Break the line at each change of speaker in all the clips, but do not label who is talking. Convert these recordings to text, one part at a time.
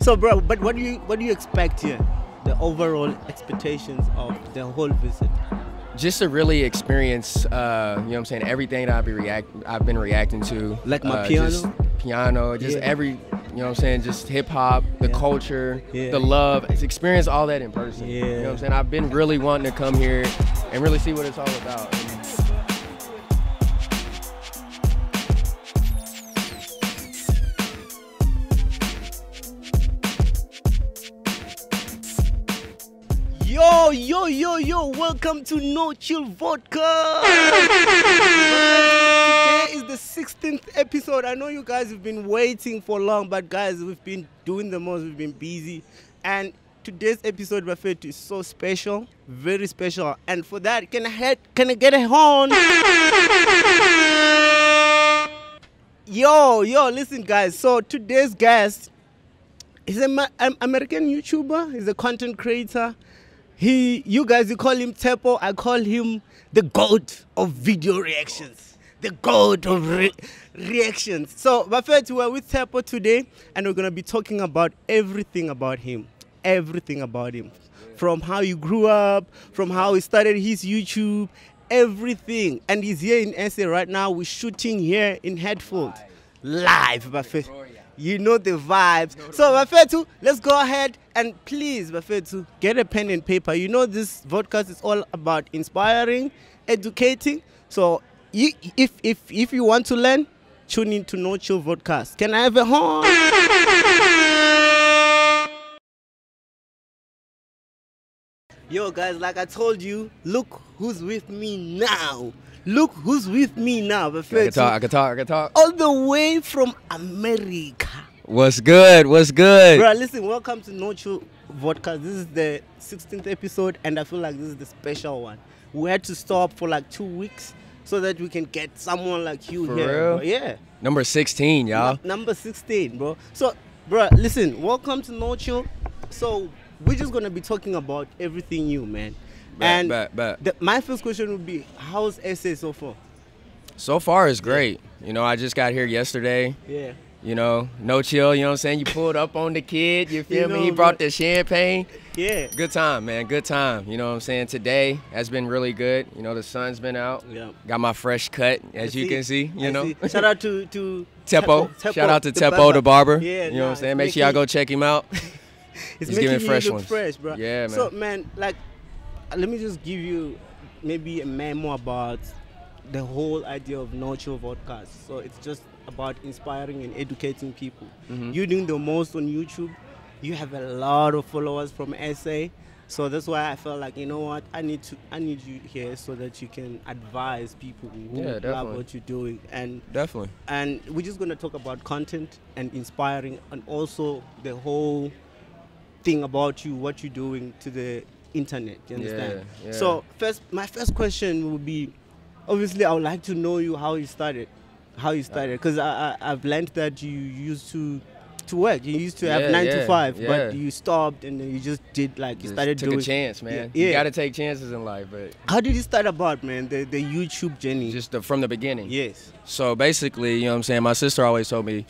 So, bro, but what do you what do you expect here? The overall expectations of the whole visit.
Just to really experience, uh, you know what I'm saying, everything that I've been, react- I've been reacting to.
Like my
Uh,
piano?
Just piano, just
Yeah.
every, you know what I'm saying, just hip hop, the
Yeah.
culture,
Yeah.
the love. It's experience all that in person. You know
Yeah.
what I'm saying? I've been really wanting to come here and really see what it's all about.
Yo, yo, yo, yo! Welcome to No Chill Vodka. Today is the 16th episode. I know you guys have been waiting for long, but guys, we've been doing the most. We've been busy, and today's episode, my favorite, is so special, very special. And for that, can I head, can I get a horn? Yo, yo, listen, guys. So today's guest he's an American YouTuber. He's a content creator. He, you guys, you call him Tepo. I call him the goat of video reactions. The goat of re- reactions. So, Buffett, we're with Tepo today, and we're gonna be talking about everything about him. Everything about him, from how he grew up, from how he started his YouTube, everything. And he's here in SA right now. We're shooting here in Headfield, live, Buffett. You know the vibes. So Bafetu, let's go ahead and please Bafetu, get a pen and paper. You know this podcast is all about inspiring, educating. So you, if if if you want to learn, tune in to No Chill Podcast. Can I have a horn? Yo guys, like I told you, look who's with me now. Look who's with me now,
I can
Bafetu.
talk, I can talk, I can talk.
All the way from America.
What's good? What's good?
Bro, listen, welcome to No Chill Vodka. This is the 16th episode, and I feel like this is the special one. We had to stop for like two weeks so that we can get someone like you
For
here.
real?
bro. Yeah.
Number 16, y'all.
Nu- number 16, bro. So, bro, listen, welcome to No Chill. So, we're just going to be talking about everything you, man.
Bet,
and
bet, bet.
The, my first question would be how's SA so far?
So far, it's great. You know, I just got here yesterday.
Yeah.
You know, no chill, you know what I'm saying? You pulled up on the kid, you feel
You
me? He
know,
brought
bro.
the champagne.
Yeah.
Good time, man. Good time. You know what I'm saying? Today has been really good. You know, the sun's been out.
Yeah.
Got my fresh cut, as
I
you can see, you
I
know.
Shout out to to
Tepo. Shout out to Tepo the barber.
Yeah,
you know
nah,
what I'm saying?
it's
Make sure y'all
making-
go check him out.
It's
He's
making
giving
you
fresh
look
ones.
fresh, bro.
Yeah,
So man, like, let me just give you maybe a memo about the whole idea of Nacho Vodcast. So it's just about inspiring and educating people.
Mm-hmm.
You're doing the most on YouTube. You have a lot of followers from SA. So that's why I felt like you know what I need to I need you here so that you can advise people who
Yeah,
love
definitely.
what you're doing and
Definitely.
and we're just going to talk about content and inspiring and also the whole thing about you what you're doing to the internet you understand
Yeah, yeah.
so first my first question would be obviously i would like to know you how you started how you started because I, I, i've learned that you used to to work you used to have
Yeah,
nine to
yeah,
five
yeah.
but you stopped and then you just did like you
Just
started
took
doing
a chance, man.
yeah,
You got to take chances in life, but
how did you start about man the, the youtube journey
just the, from the beginning.
yes
So basically, you know what I'm saying? My sister always told me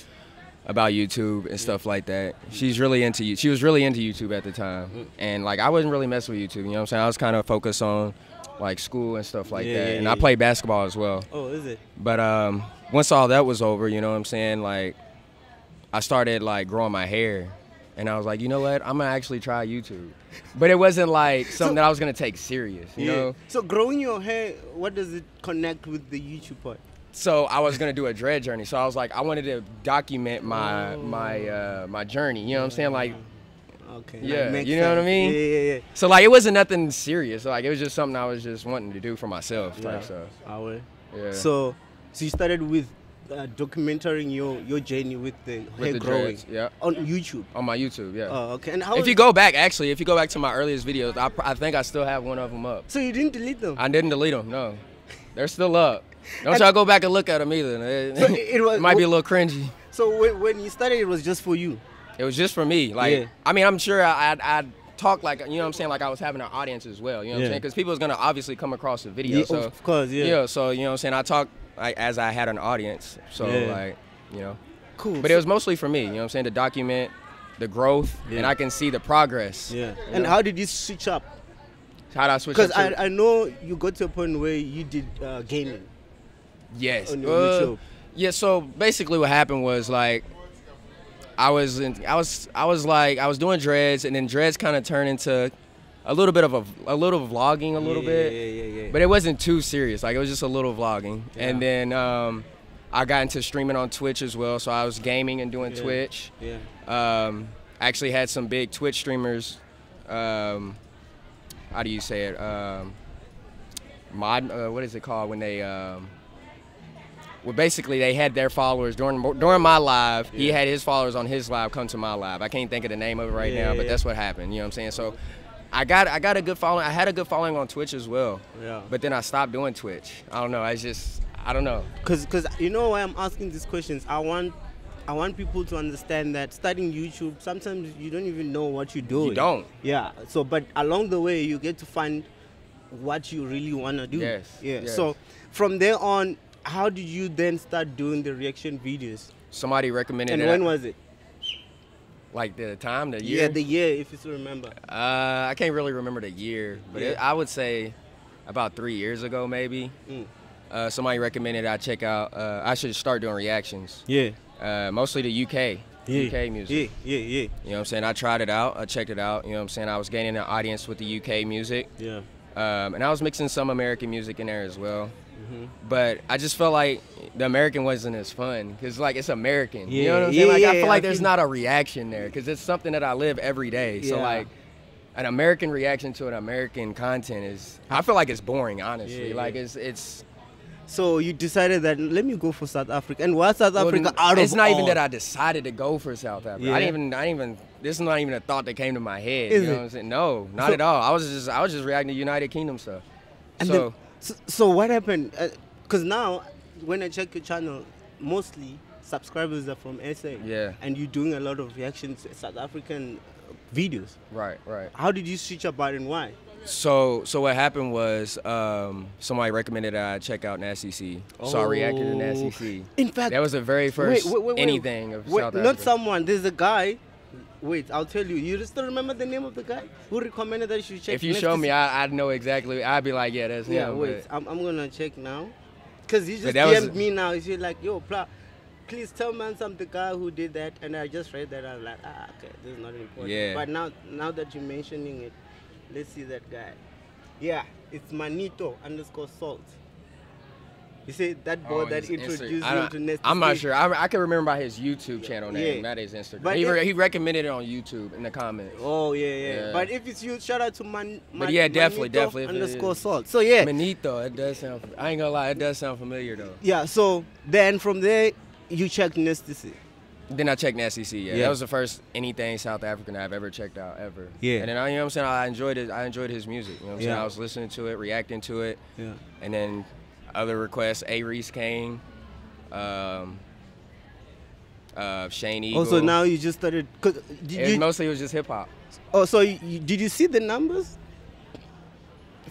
about YouTube and stuff like that. She's really into you. She was really into YouTube at the time. And like I wasn't really messing with YouTube, you know what I'm saying? I was kind of focused on like school and stuff like
Yeah,
that.
yeah,
and
yeah,
I
yeah.
played basketball as well.
oh is it
But um once all that was over, you know what I'm saying? Like I started like growing my hair and I was like, you know what? I'm gonna actually try YouTube. But it wasn't like something that I was gonna take serious, you
Yeah.
know?
So growing your hair, what does it connect with the YouTube part?
so I was gonna do a dread journey. So I was like, I wanted to document my my uh, my journey. You know what I'm saying? Like,
Okay. that
Yeah,
makes
you know what I
sense.
mean?
Yeah, yeah, yeah.
so like it wasn't nothing serious. Like it was just something I was just wanting to do for myself. Type
Yeah.
stuff.
Ah, well.
Yeah.
So, so you started with uh, documenting your your journey with the hair
the
growing
dreads, yeah.
on YouTube.
on my YouTube, yeah.
Oh, okay. And how
if
was-
you go back, actually, if you go back to my earliest videos, I, pr- I think I still have one of them up.
so you didn't delete them.
I didn't delete them. No, they're still up. Don't y'all go back and look at them either. It,
So it was-
might be a little cringy.
so when, when you started, it was just for you.
It was just for me. Like,
Yeah.
I mean, I'm sure I, I, I talk like, you know what I'm saying? Like I was having an audience as well, you know what
Yeah.
I'm saying? Because people is going to obviously come across the video.
Yeah,
so,
of course, yeah.
so, you know what I'm saying? I talk like, as I had an audience. So,
Yeah.
like, you know.
Cool.
But it was mostly for me, you know what I'm saying? To document the growth,
Yeah.
and I can see the progress.
Yeah. And how did you switch up?
How do I switch?
Because
up to-
I, I know you got to a point where you did uh, gaming.
Yes. Uh,
on your YouTube.
Yeah. So basically, what happened was like, I was in, I was I was like I was doing dreads, and then dreads kind of turned into a little bit of a a little vlogging, a little
Yeah,
bit.
yeah, yeah, yeah.
But it wasn't too serious. Like it was just a little vlogging, and
Yeah.
then um, I got into streaming on Twitch as well. So I was gaming and doing
Yeah.
Twitch.
Yeah.
Um, I actually had some big Twitch streamers. Um, how do you say it? Um, mod. Uh, what is it called when they? Um, well, basically, they had their followers during during my live. He
Yeah.
had his followers on his live come to my live. I can't think of the name of it right
Yeah,
now,
yeah,
but
yeah.
that's what happened. You know what I'm saying? So, I got I got a good following. I had a good following on Twitch as well.
Yeah.
But then I stopped doing Twitch. I don't know. I just I don't know.
Cause, cause you know why I'm asking these questions. I want, I want people to understand that starting YouTube, sometimes you don't even know what you're doing.
don't.
Yeah. So, but along the way, you get to find what you really wanna do.
Yes,
Yeah.
yes.
So, from there on, how did you then start doing the reaction videos?
Somebody recommended
And
it.
when was it?
like the time, the year.
Yeah, the year, if you still remember.
Uh, I can't really remember the year, but it,
Yeah.
I would say about three years ago, maybe.
Mm.
Uh, somebody recommended I check out. Uh, I should start doing reactions,
Yeah.
uh, mostly to UK,
Yeah.
UK music.
Yeah. Yeah.
You know what I'm saying? I tried it out. I checked it out. You know what I'm saying? I was gaining an audience with the UK music,
Yeah. Yeah.
um, and I was mixing some American music in there as well.
Mm-hmm.
But I just felt like the American wasn't as fun because, like, it's American. you know
Yeah,
what I'm saying?
yeah,
Like, I
yeah,
feel like
I
there's
feel-
not a reaction there because it's something that I live every day. So,
Yeah.
like, an American reaction to an American content is, I feel like it's boring, honestly.
Yeah,
like,
yeah.
it's, it's,
So you decided that let me go for South Africa, and why South Africa out of
it's not even
all?
that I decided to go for South Africa.
Yeah.
I didn't even, I didn't even, this is not even a thought that came to my head.
Is
you know
it?
what I'm saying? No, not
So-
at all. I was just, I was just reacting to United Kingdom stuff.
And
so,
then, so, so what happened? Because now, when I check your channel, mostly subscribers are from SA.
Yeah.
And you're doing a lot of reactions to South African uh, videos.
right, right.
How did you switch about and why?
So, so what happened was um, somebody recommended I check out Nasty C. So I reacted to Nasty C.
Oh. In fact,
that was the very first
wait, wait, wait, wait.
anything of
Wait,
South
Not
Africa.
someone. There's a guy. Wait, I'll tell you. You still remember the name of the guy who recommended that you check?
If you
next
show
to-
me, I, I'd know exactly. I'd be like, yeah, that's
Yeah,
him.
wait.
but-
I'm, I'm gonna check now. Cause he just
that was-
DM'd me now. He's like, yo, pla, please tell man some the guy who did that. And I just read that. I was like, ah, okay, this is not important.
Yeah.
But now, now that you're mentioning it, let's see that guy. Yeah, it's Manito underscore Salt. You see that boy
Oh,
that
his Insta-
introduced
I
him
don't-
to Nestle.
I'm not
State.
sure. I, I can remember by his YouTube channel name,
Yeah.
not his Instagram.
But
he, re-
it-
he recommended it on YouTube in the comments.
Oh yeah, yeah,
Yeah.
But if it's you, shout out to Man.
But
Man-
yeah, definitely,
Manito
definitely, if it
Underscore
is.
Salt. So yeah,
Manito, it does sound. I ain't gonna lie, it does sound familiar though.
yeah. So then from there, you check Nestle.
Then I checked Nasty C. Yeah.
Yeah.
that was the first anything South African I've ever checked out ever.
Yeah.
and then I, you know what I'm saying. I enjoyed it. I enjoyed his music. You know what I'm saying.
Yeah.
I was listening to it, reacting to it.
Yeah.
And then other requests, A. Reese came, um, uh, Shane Eagle.
Also, Oh, now you just started. Cause did
it
you,
mostly was just hip hop.
oh, so you, you- did you see the numbers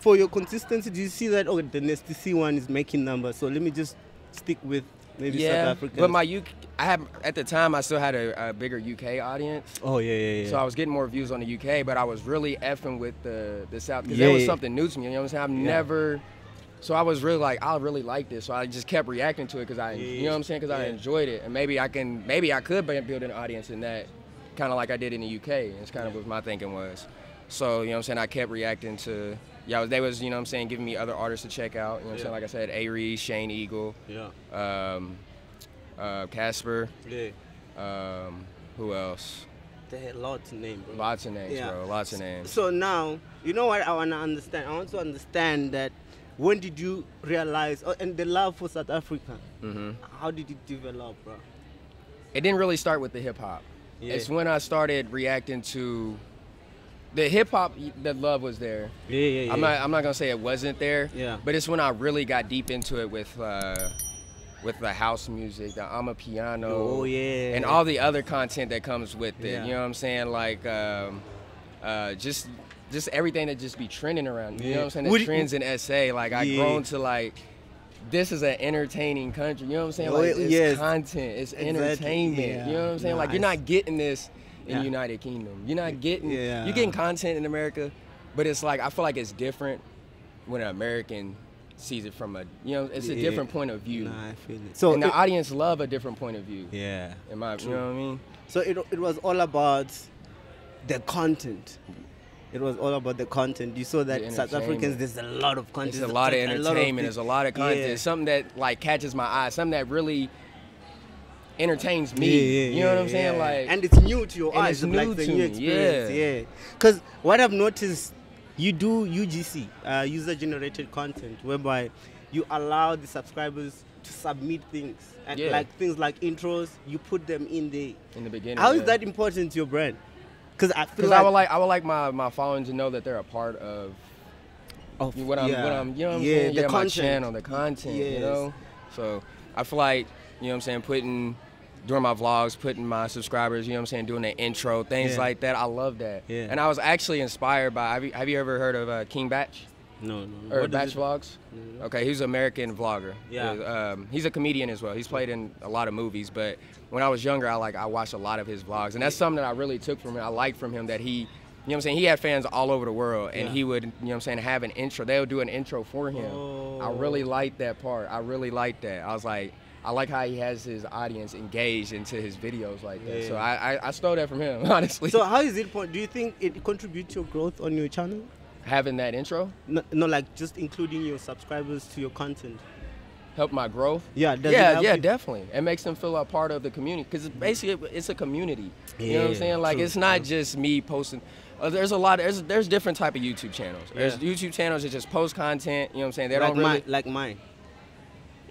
for your consistency? Did you see that? Oh, the Nasty C one is making numbers. So let me just stick with maybe South Africa.
but my UK, I have at the time I still had a, a bigger UK audience.
oh yeah, yeah, yeah.
So I was getting more views on the UK, but I was really effing with the the South because
Yeah,
that was
yeah.
something new to me. You know what I'm saying? I've
Yeah.
never. So I was really like, I really like this. So I just kept reacting to it because I,
Yeah,
you know what I'm saying? Because I
yeah.
enjoyed it, and maybe I can, maybe I could bu- build an audience in that, kind of like I did in the UK. And it's kind of what my thinking was. So you know what I'm saying? I kept reacting to, yeah, they was, you know what I'm saying, giving me other artists to check out. You know what I'm
Yeah.
saying? Like I said, Aries, Shane Eagle,
yeah,
um, uh, Casper,
yeah.
um, who else?
They had lots of names. bro.
Lots of names,
Yeah.
bro. Lots of names.
So now, you know what I want to understand? I want to understand that when did you realize, oh, and the love for South Africa,
Mhm.
how did it develop, bro?
it didn't really start with the hip hop.
Yeah.
It's when I started reacting to the hip hop that love was there.
Yeah, yeah,
I'm not I'm not gonna say it wasn't there.
Yeah.
But it's when I really got deep into it with uh, with the house music, the I'm a piano.
Oh, yeah.
And all the other content that comes with it.
Yeah.
You know what I'm saying? Like um, uh, just just everything that just be trending around. You know what I'm saying? The
Would you-
trends in SA. Like I
Yeah.
grown to like this is an entertaining country. You know what I'm saying?
Oh,
Like
it-
it's
yes.
content. It's
Exactly,
entertainment.
yeah.
You know what I'm saying? Like you're
Nice.
not getting this. in
Yeah.
the United Kingdom. You're not getting
Yeah.
you're getting content in America, but it's like I feel like it's different when an American sees it from a you know it's a
Yeah.
different point of view.
Nah, I feel it. So
and
it-
the audience love a different point of view.
yeah.
In my, you know what I mean?
So it, it was all about the content. It was all about the content. You saw that
The
South Africans, there's a lot of content.
It's a lot of
a
entertainment. There's a lot of
yeah.
content. Something that like catches my eye. Something that really entertains
Yeah,
me.
yeah,
you know what
yeah,
I'm saying?
yeah.
Like
and it's new to your
and
eyes.
it's
like
new
the
to
new
me,
experience.
yeah.
Yeah. Because what I've noticed, you do UGC, uh, user generated content, whereby you allow the subscribers to submit things and
Yeah.
like things like intros. You put them in there.
in the beginning.
How is
yeah.
that important to your brand? Because I feel
Because
like,
I would like I would like my my following to know that they're a part of
of-
what I'm what I'm you know what I'm
Oh, yeah,
saying?
The
yeah, my
content.
channel, the content, you
Yes.
know. So I feel like you know what I'm saying putting during my vlogs, putting my subscribers, you know what I'm saying, doing the intro, things
Yeah.
like that. I love that.
Yeah.
And I was actually inspired by have you, have you ever heard of uh, King Batch?
No, no. no.
or
What does
Batch
it- Mm-hmm.
Vlogs. Okay, he's an American vlogger.
Yeah.
Uh, Um, he's a comedian as well. He's played in a lot of movies, but when I was younger, I like I watched a lot of his vlogs, and that's something that I really took from him. I liked from him that he, you know, what I'm saying he had fans all over the world, and
Yeah.
he would, you know, what I'm saying have an intro. They would do an intro for him. I really
Oh.
liked that part. I really liked that. I was like. I like how he has his audience engaged into his videos like that. So
Yeah.
I, I, I stole that from him, honestly.
So how is it? po- Do you think it contributes to your growth on your channel?
Having that intro
No, no, like just including your subscribers to your content.
helped my growth.
Yeah, does it
yeah,
help
yeah,
you?
definitely. It makes them feel a part of the community because basically it's a community. you know what I'm
Yeah,
saying? Like
true,
it's not just me posting. Uh, there's a lot. There's there's different type of YouTube channels. There's
Yeah.
YouTube channels that just post content. You know what I'm saying? They
like
don't really.
mine, like mine.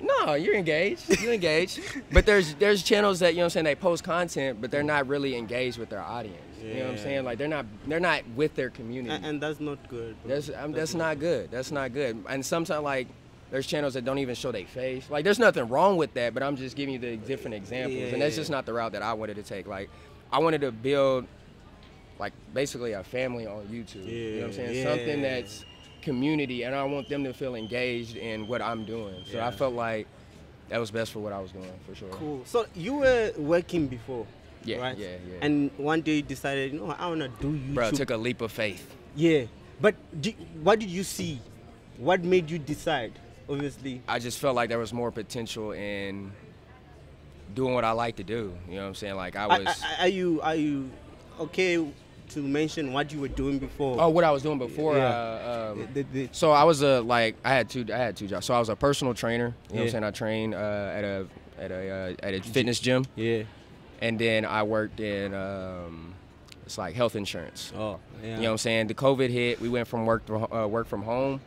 No, you're engaged. You're engaged. but there's there's channels that you know what I'm saying. They post content, but they're not really engaged with their audience. You know what I'm
Yeah.
saying? Like they're not they're not with their community.
And, and that's not good. bro.
That's um, that's not good. That's not good. And sometimes like there's channels that don't even show their face. Like there's nothing wrong with that, but I'm just giving you the different examples. And that's
Yeah.
just not the route that I wanted to take. Like I wanted to build like basically a family on YouTube. You know what I'm saying?
Yeah.
Something that's community and I want them to feel engaged in what I'm doing. So
Yeah.
I felt like that was best for what I was doing for sure.
cool. So you were working before.
Yeah,
right?
yeah, yeah.
And one day you decided, no, I wanna do YouTube.
Bro, I took a leap of faith.
yeah, but do, what did you see? What made you decide? Obviously.
I just felt like there was more potential in doing what I like to do. You know what I'm saying? Like I
I-
was
I- are you are you okay to mention what you were doing before?
Oh, what I was doing before.
Yeah.
Uh, um,
The- the-
so I was a like I had two I had two jobs. So I was a personal trainer. You know what
Yeah.
I'm saying? I trained uh, at a at a uh, at a fitness gym,
yeah.
and then I worked in um, it's like health insurance.
Oh, yeah.
You know what I'm saying? The COVID hit. We went from work to, uh, work from home,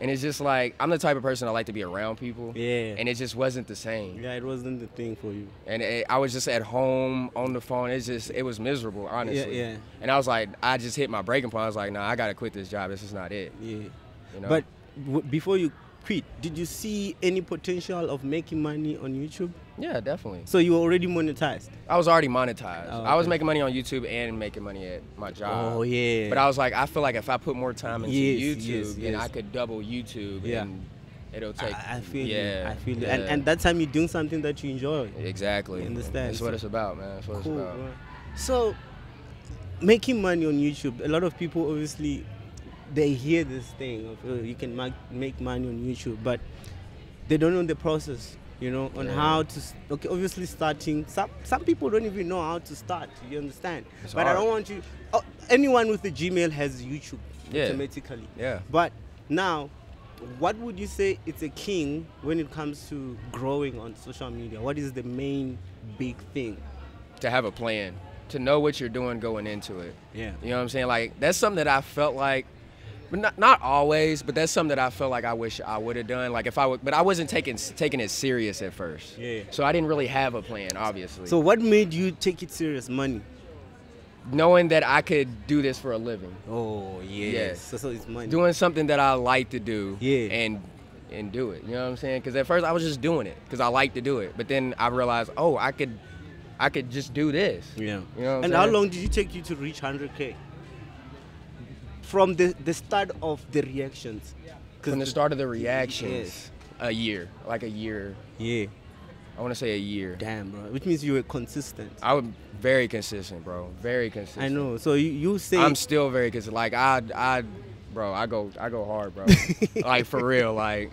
and it's just like I'm the type of person I like to be around people.
Yeah.
And it just wasn't the same.
yeah, it wasn't the thing for you.
and it, I was just at home on the phone. It's just it was miserable, honestly.
yeah.
And I was like, I just hit my breaking point. I was like, nah, I gotta quit this job. This is not it.
Yeah.
You know?
But w- before you quit, did you see any potential of making money on YouTube?
yeah, definitely.
So you were already monetized.
I was already monetized.
Oh,
I was
okay.
making money on YouTube and making money at my job.
Oh, yeah.
But I was like, I feel like if I put more time into
Yes,
YouTube,
yes,
then
yes.
I could double YouTube
Yeah.
and it'll take.
I, I feel
yeah,
you. I feel you.
yeah.
And, and that time you're doing something that you enjoy.
exactly.
You understand?
That's what it's about, man. That's what
Cool.
it's about.
bro. So making money on YouTube, a lot of people obviously they hear this thing of oh, you can make make money on YouTube, but they don't know the process. You know, on
Yeah.
how to s- okay. Obviously, starting some some people don't even know how to start. You understand?
It's
but I
hard.
don't want you. Oh, anyone with a Gmail has YouTube
Yeah.
automatically.
Yeah.
But now, what would you say it's a king when it comes to growing on social media? What is the main big thing?
to have a plan, to know what you're doing going into it.
Yeah.
You know what I'm saying? Like that's something that I felt like but not, not always, but that's something that I felt like I wish I would have done. Like if I would, but I wasn't taking taking it serious at first.
Yeah.
So I didn't really have a plan, obviously.
So what made you take it serious? Money.
knowing that I could do this for a living,
Oh
yes.
So, so it's money.
doing something that I like to do,
Yeah.
and and do it. You know what I'm saying? Because at first I was just doing it because I like to do it, but then I realized, oh, I could, I could just do this.
yeah.
You know what I'm
and how
saying?
long did it take you to reach 100k? From the the start of the reactions. 'Cause
From the start of the reactions,
Yes.
a year, like a year.
Yeah.
I want to say a year.
Damn, bro. Which means you were consistent.
I would Very consistent, bro. Very consistent.
I know. So you, you say
I'm still very consistent. Like I, I, bro, I go, I go hard, bro. like for real. Like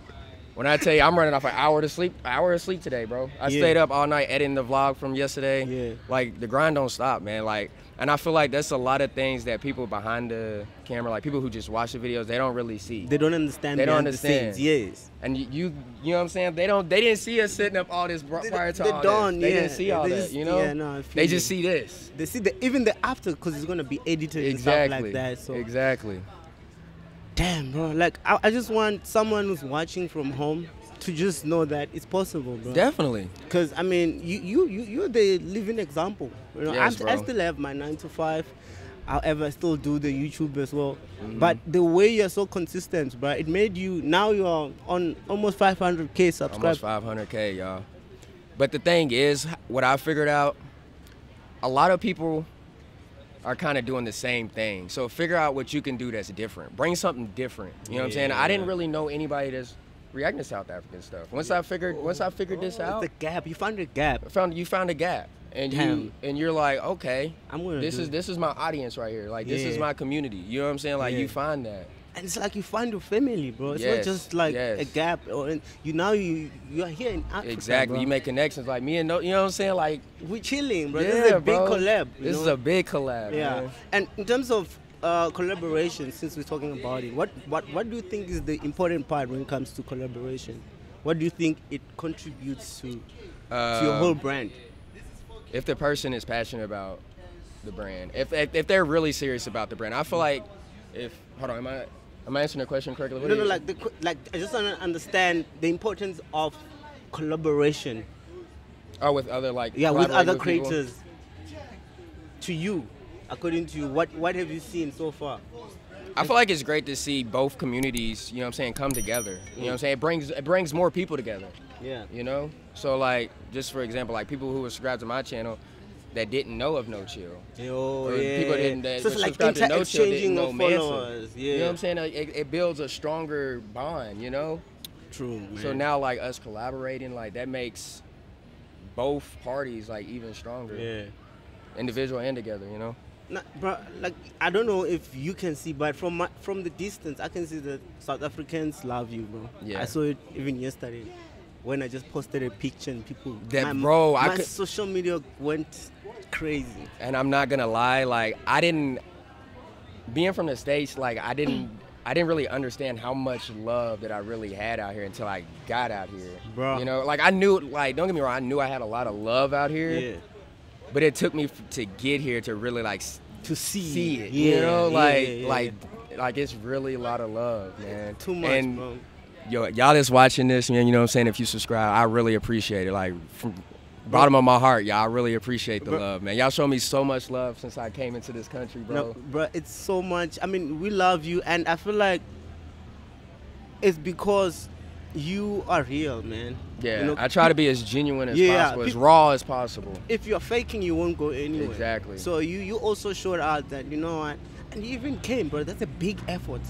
when I tell you, I'm running off an hour to sleep, hour of sleep today, bro. I
Yeah.
stayed up all night editing the vlog from yesterday.
Yeah.
Like the grind don't stop, man. Like, and I feel like that's a lot of things that people behind the camera, like people who just watch the videos, they don't really see.
they don't understand.
They don't
behind the scenes.
understand.
Yes.
and you, you, you know what I'm saying? They don't, they didn't see us sitting up all this bro-
They-
prior to
they
all
don't,
this. They
yeah.
didn't see all
They
that,
just-
you know?
yeah, no, I feel
they just
you.
see this.
They see the even the after because it's gonna be edited and stuff like
Exactly.
that. So
Exactly.
damn, bro. Like I, I just want someone who's watching from home to just know that it's possible, bro.
Definitely.
Because I mean, you you you you're the living example. You know,
Yes,
I'm, I
bro.
still have my nine to five. However, I still do the YouTube as well.
Mm-hmm.
But the way you're so consistent, bro, it made you now you are on almost 500k subscribers.
Almost 500k, y'all. But the thing is, what I figured out, a lot of people are kind of doing the same thing. So figure out what you can do that's different. Bring something different. You know what I'm saying? I didn't really know anybody that's reacting to South African stuff. Once I figured, once I figured this out,
the gap. You found a gap.
I found you found a gap, and
Damn.
you and you're like, okay,
I'm gonna
This
do
is
it.
this is my audience right here. Like this is
Yeah.
my community. You know what I'm saying? Like
Yeah.
you find that.
and it's like you find your family, bro. It's not
Yes,
just like a
yes.
gap, or and you now you you are here in Africa.
Exactly.
bro.
You make connections. Like me and no, you know what I'm saying? Like
we chilling, bro. this is a big
bro.
collab. you
This is
know?
a big collab.
yeah.
man.
And in terms of uh, collaboration, since we're talking about it, what what what do you think is the important part when it comes to collaboration? What do you think it contributes to to your
Um,
whole brand?
If the person is passionate about the brand, if, if if they're really serious about the brand, I feel like if hold on, am I am I answering the question correctly? What
No,
do
no,
you-
like the co- like I just want to understand the importance of collaboration.
oh, with other like
Yeah, with
collaborating
other
people?
creators. To you, according to you, what what have you seen so far?
I feel like it's great to see both communities. You know what I'm saying? Come together. You know what I'm saying? It brings it brings more people together.
Yeah.
You know? So like just for example, like people who were subscribed to my channel that didn't know of No Chill.
Yo,
Or
Oh, yeah.
people didn't uh, that
so it's
were
like
subscribed to No Chill didn't
inter-exchanging
know
of
Manson.
followers. Yeah.
You know what I'm saying? Like, it, it builds a stronger bond, you know?
True, man.
So now like us collaborating, like that makes both parties like even stronger.
Yeah.
Individual and together, you know?
Nah, bro, like I don't know if you can see, but from my, from the distance, I can see that South Africans love you, bro.
Yeah.
I saw it even yesterday when I just posted a picture and people.
That-
my,
bro, I
my
could-
social media went crazy.
and I'm not gonna lie, like I didn't being from the states, like I didn't I didn't really understand how much love that I really had out here until I got out here.
Bruh.
You know, like I knew like don't get me wrong, I knew I had a lot of love out here,
Yeah.
but it took me f- to get here to really like s-
To see,
see it.
yeah,
you know,
yeah,
like
yeah, yeah.
like like it's really a lot of love, man.
Too much,
and
bro.
Yo, y'all that's watching this, man, you know what I'm saying? If you subscribe, I really appreciate it. Like from bottom of my heart, y'all, I really appreciate the
Bro.
love, man. Y'all show me so much love since I came into this country, bro.
No, bro, it's so much. I mean, we love you, and I feel like it's because you are real, man.
Yeah,
You know,
I try to be as genuine as
Yeah,
possible, as
peop-
raw as possible.
if you're faking, you won't go anywhere.
Exactly.
So you you also showed out that you know what, and you even came, bro. That's a big effort.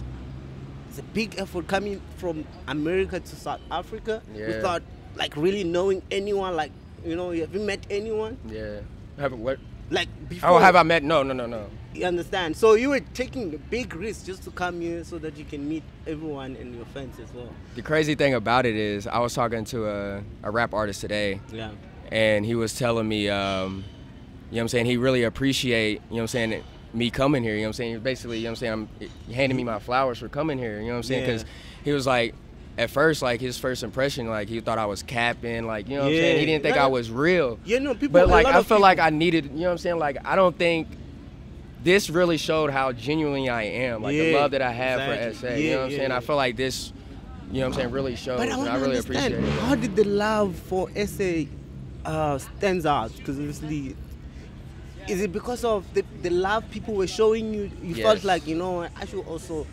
It's a big effort coming from America to South Africa
Yeah.
without like really knowing anyone. Like you know, you haven't met anyone
Yeah. Have what?
like before.
Oh, have I met? No, no, no, no.
You understand? So you were taking a big risk just to come here so that you can meet everyone and your friends as well.
The crazy thing about it is, I was talking to a, a rap artist today,
Yeah.
and he was telling me, um, you know what I'm saying, he really appreciate, you know what I'm saying, me coming here, you know what I'm saying? Basically, you know what I'm saying, I'm handing me my flowers for coming here, you know what I'm saying?
Yeah.
Cuz he was like at first like his first impression like he thought I was capping, like, you know what I'm saying?
Yeah.
He didn't think
Yeah.
I was real.
You know, people. a
But like
lot
I
of
feel
people-
like I needed, you know what I'm saying? Like I don't think this really showed how genuinely I am, like the
Yeah,
love that I have for SA.
exactly.
you
Yeah,
know what I'm
yeah,
saying?
yeah.
I feel like this, you know what I'm saying, really shows.
But I
and
want to
really
understand
appreciate it.
how did the love for SA uh, stands out? Because obviously, is it because of the, the love people were showing you? You felt
Yes.
like you know I should also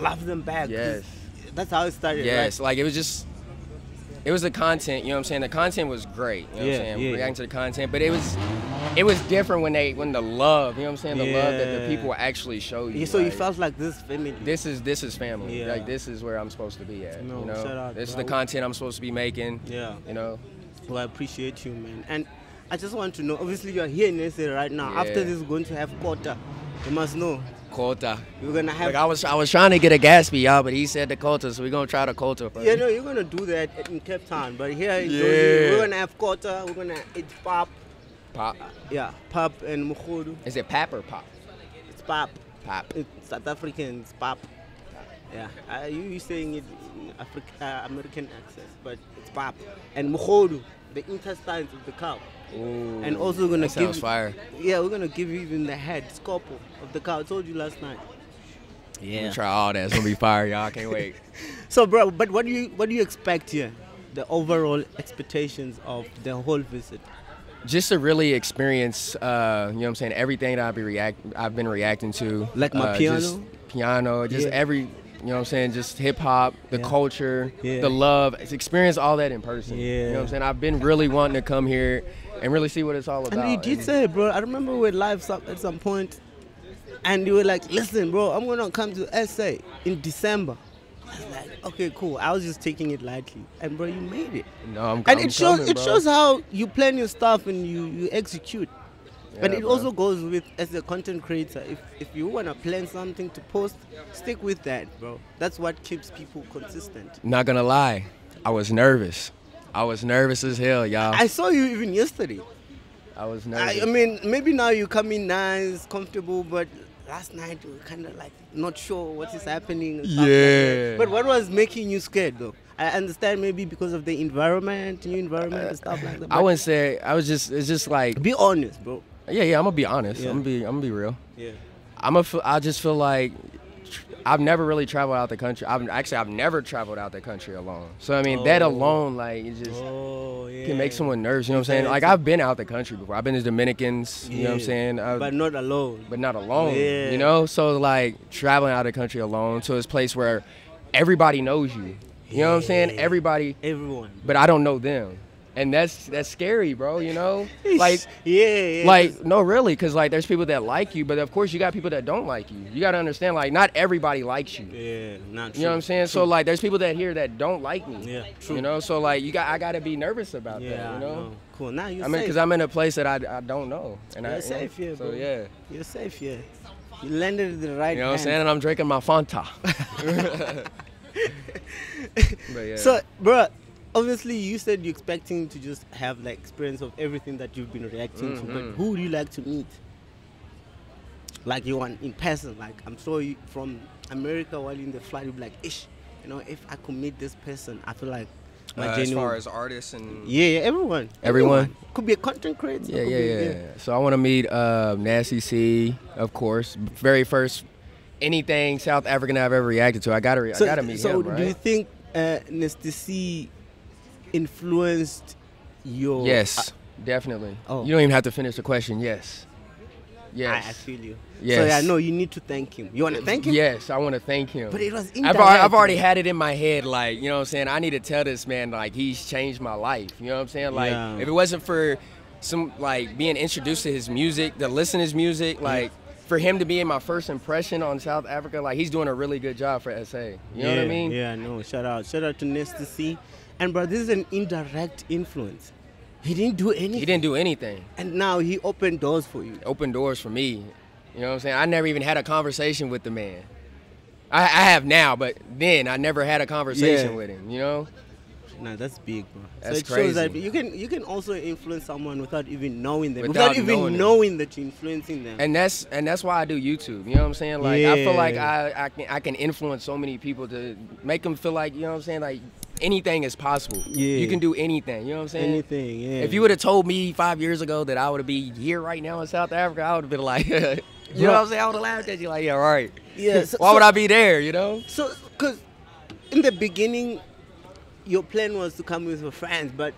love them back. 'Cause
Yes.
that's how it started.
Yes,
right?
like it was just it was the content, you know what I'm saying? The content was great, you know what
Yeah,
I'm saying?
yeah.
Reacting to the content, but it was it was different when they when the love, you know what I'm saying? The love that
Yeah.
the people actually show you.
Yeah, so you
like,
felt like this family.
this is this is family.
Yeah.
Like this is where I'm supposed to be at.
No,
you know?
shout out,
this is
bro.
the content I'm supposed to be making.
Yeah.
You know?
Well, I appreciate you, man. And I just want to know. Obviously, you are here in SA right now. After
Yeah.
this, we're going to have quarter. You must know.
Colta.
You're gonna have.
Like I was, I was trying to get a Gatsby, y'all, but he said the Colta, so we're gonna try the Colta first.
yeah, no, you're gonna do that in Cape Town, but here in Jozi,
Yeah.
we're gonna have quarter. We're gonna eat pop.
Pop.
Yeah, pop and mukhodu.
Is it pap or pop?
It's pop.
Pop.
It's South African. It's pop. Yeah, uh, you you saying it in African uh, American accent, but it's pop and mukhodu, the intestines of the cow.
Ooh,
And also we're gonna
that
give
sounds
you-
fire.
Yeah, we're gonna give you even the head, scalpel of the cow. I told you last night.
Yeah. Try all that. It's gonna be fire, y'all. I can't wait.
So, bro, but what do you what do you expect here? The overall expectations of the whole visit.
Just to really experience, uh, you know what I'm saying, everything that I've been, react- I've been reacting to.
Like my
uh,
piano?
Just piano, just
Yeah.
every, you know what I'm saying, just hip hop, the
Yeah.
culture,
Yeah.
the love. It's experience all that in person. You know
Yeah.
what I'm saying? I've been really wanting to come here and really see what it's all about.
And you did
And-
say, bro, I remember we were live some, at some point, and you were like, listen, bro, I'm gonna come to SA in December. I was like, okay, cool. I was just taking it lightly, and bro, you made it.
no, I'm,
And
I'm
it shows
coming,
it
bro.
shows how you plan your stuff and you you execute. but
Yeah,
it
bro.
also goes with as a content creator. If if you wanna plan something to post, stick with that, bro. That's what keeps people consistent.
Not gonna lie, I was nervous. I was nervous as hell, y'all.
I
I,
saw you even yesterday.
was
I,
nervous.
I mean, maybe now you come in nice, comfortable, but last night we were kind of like not sure what is happening. and stuff like that.
Yeah.
but what was making you scared though? I understand maybe because of the environment, new environment and stuff like that.
I
but
wouldn't say I was just. It's just like,
be honest, bro.
yeah, yeah. I'm gonna be honest.
Yeah.
I'm gonna be. I'm gonna be real.
Yeah.
I'm a. f- I just feel like tr- I've never really traveled out the country. I've actually I've never traveled out the country alone. So I mean, that
Oh.
alone, like, it just
Oh yeah.
can make someone nervous. You know what I'm saying?
Yeah,
Like
it's-
I've been out the country before. I've been to Dominicans. You know what I'm
Yeah.
saying? I've-
but not alone.
but not alone.
Yeah.
You know, so like traveling out of the country alone to this place where everybody knows you. You know what I'm saying?
Yeah.
Everybody,
Everyone.
but I don't know them, and that's that's scary, bro. You know, like.
yeah, yeah.
Like no, really, because like there's people that like you, but of course you got people that don't like you. You got to understand, like not everybody likes you.
yeah, not true.
You know what I'm saying? So
True.
like there's people that here that don't like me.
Yeah, true.
You know, so like you got I got to be nervous about that.
yeah,
You
I
know,
know. cool. Now you're
I mean,
safe.
because I'm in a place that I, I don't know, and I
you're
you know,
safe here,
so
bro.
yeah.
you're safe here. You landed in the right.
You know what I'm
hand.
saying? And I'm drinking my Fanta. but yeah.
So, bro, obviously you said you're expecting to just have like experience of everything that you've been reacting to.
Mm-hmm.
But who would you like to meet? Like you want in person. Like I'm sure you from America while in the flight, you'd be like, ish, you know, if I could meet this person, I feel like my
Uh,
genuine.
as artists and
yeah, yeah, everyone.
Everyone.
could be a content creator.
yeah,
could
yeah,
be-
yeah, So I want to meet uh, Nasty C, of course. Very first anything South African I've ever reacted to. I gotta, re-
So,
I gotta meet
so
him, right?
do you think uh, Nasty C influenced your?
yes, definitely.
Oh.
You don't even have to finish the question. Yes. Yes.
I, I feel you. So
Yes.
yeah, no, you need to thank him. You want to thank him?
Yes, I want to thank him.
But it was
I've, already, I've
indirect.
already had it in my head, like, you know what I'm saying? I need to tell this man, like, he's changed my life. You know what I'm saying? Like,
Yeah.
if it wasn't for some, like, being introduced to his music, to listen to his
Mm-hmm.
music, like, for him to be in my first impression on South Africa, like, he's doing a really good job for SA. You know what I
Yeah,
mean?
Yeah, no. Shout out, shout out to Nasty C, and bro, this is an indirect influence. He didn't do anything,
He didn't do anything.
and now he opened doors for you.
Open doors for me. You know what I'm saying? I never even had a conversation with the man. I, I have now, but then I never had a conversation
Yeah.
with him, you know?
Nah, that's big, bro.
That's
so it shows that
crazy.
you can you can also influence someone without even knowing them,
Without
without, even
knowing
knowing,
them.
that you're influencing them.
and that's and that's why I do YouTube. You know what I'm saying? Like I feel like I, I can I can influence so many people to make them feel like you know what I'm saying. Like anything is possible.
Yeah.
you can do anything. You know what I'm saying?
Anything, yeah.
If you would have told me five years ago that I would be here right now in South Africa, I would have been like, you know what I'm saying? I would have laughed at you like, yeah, right.
Yeah, so-
why would
so-
I be there? You know?
So, because in the beginning, your plan was to come with your friends, but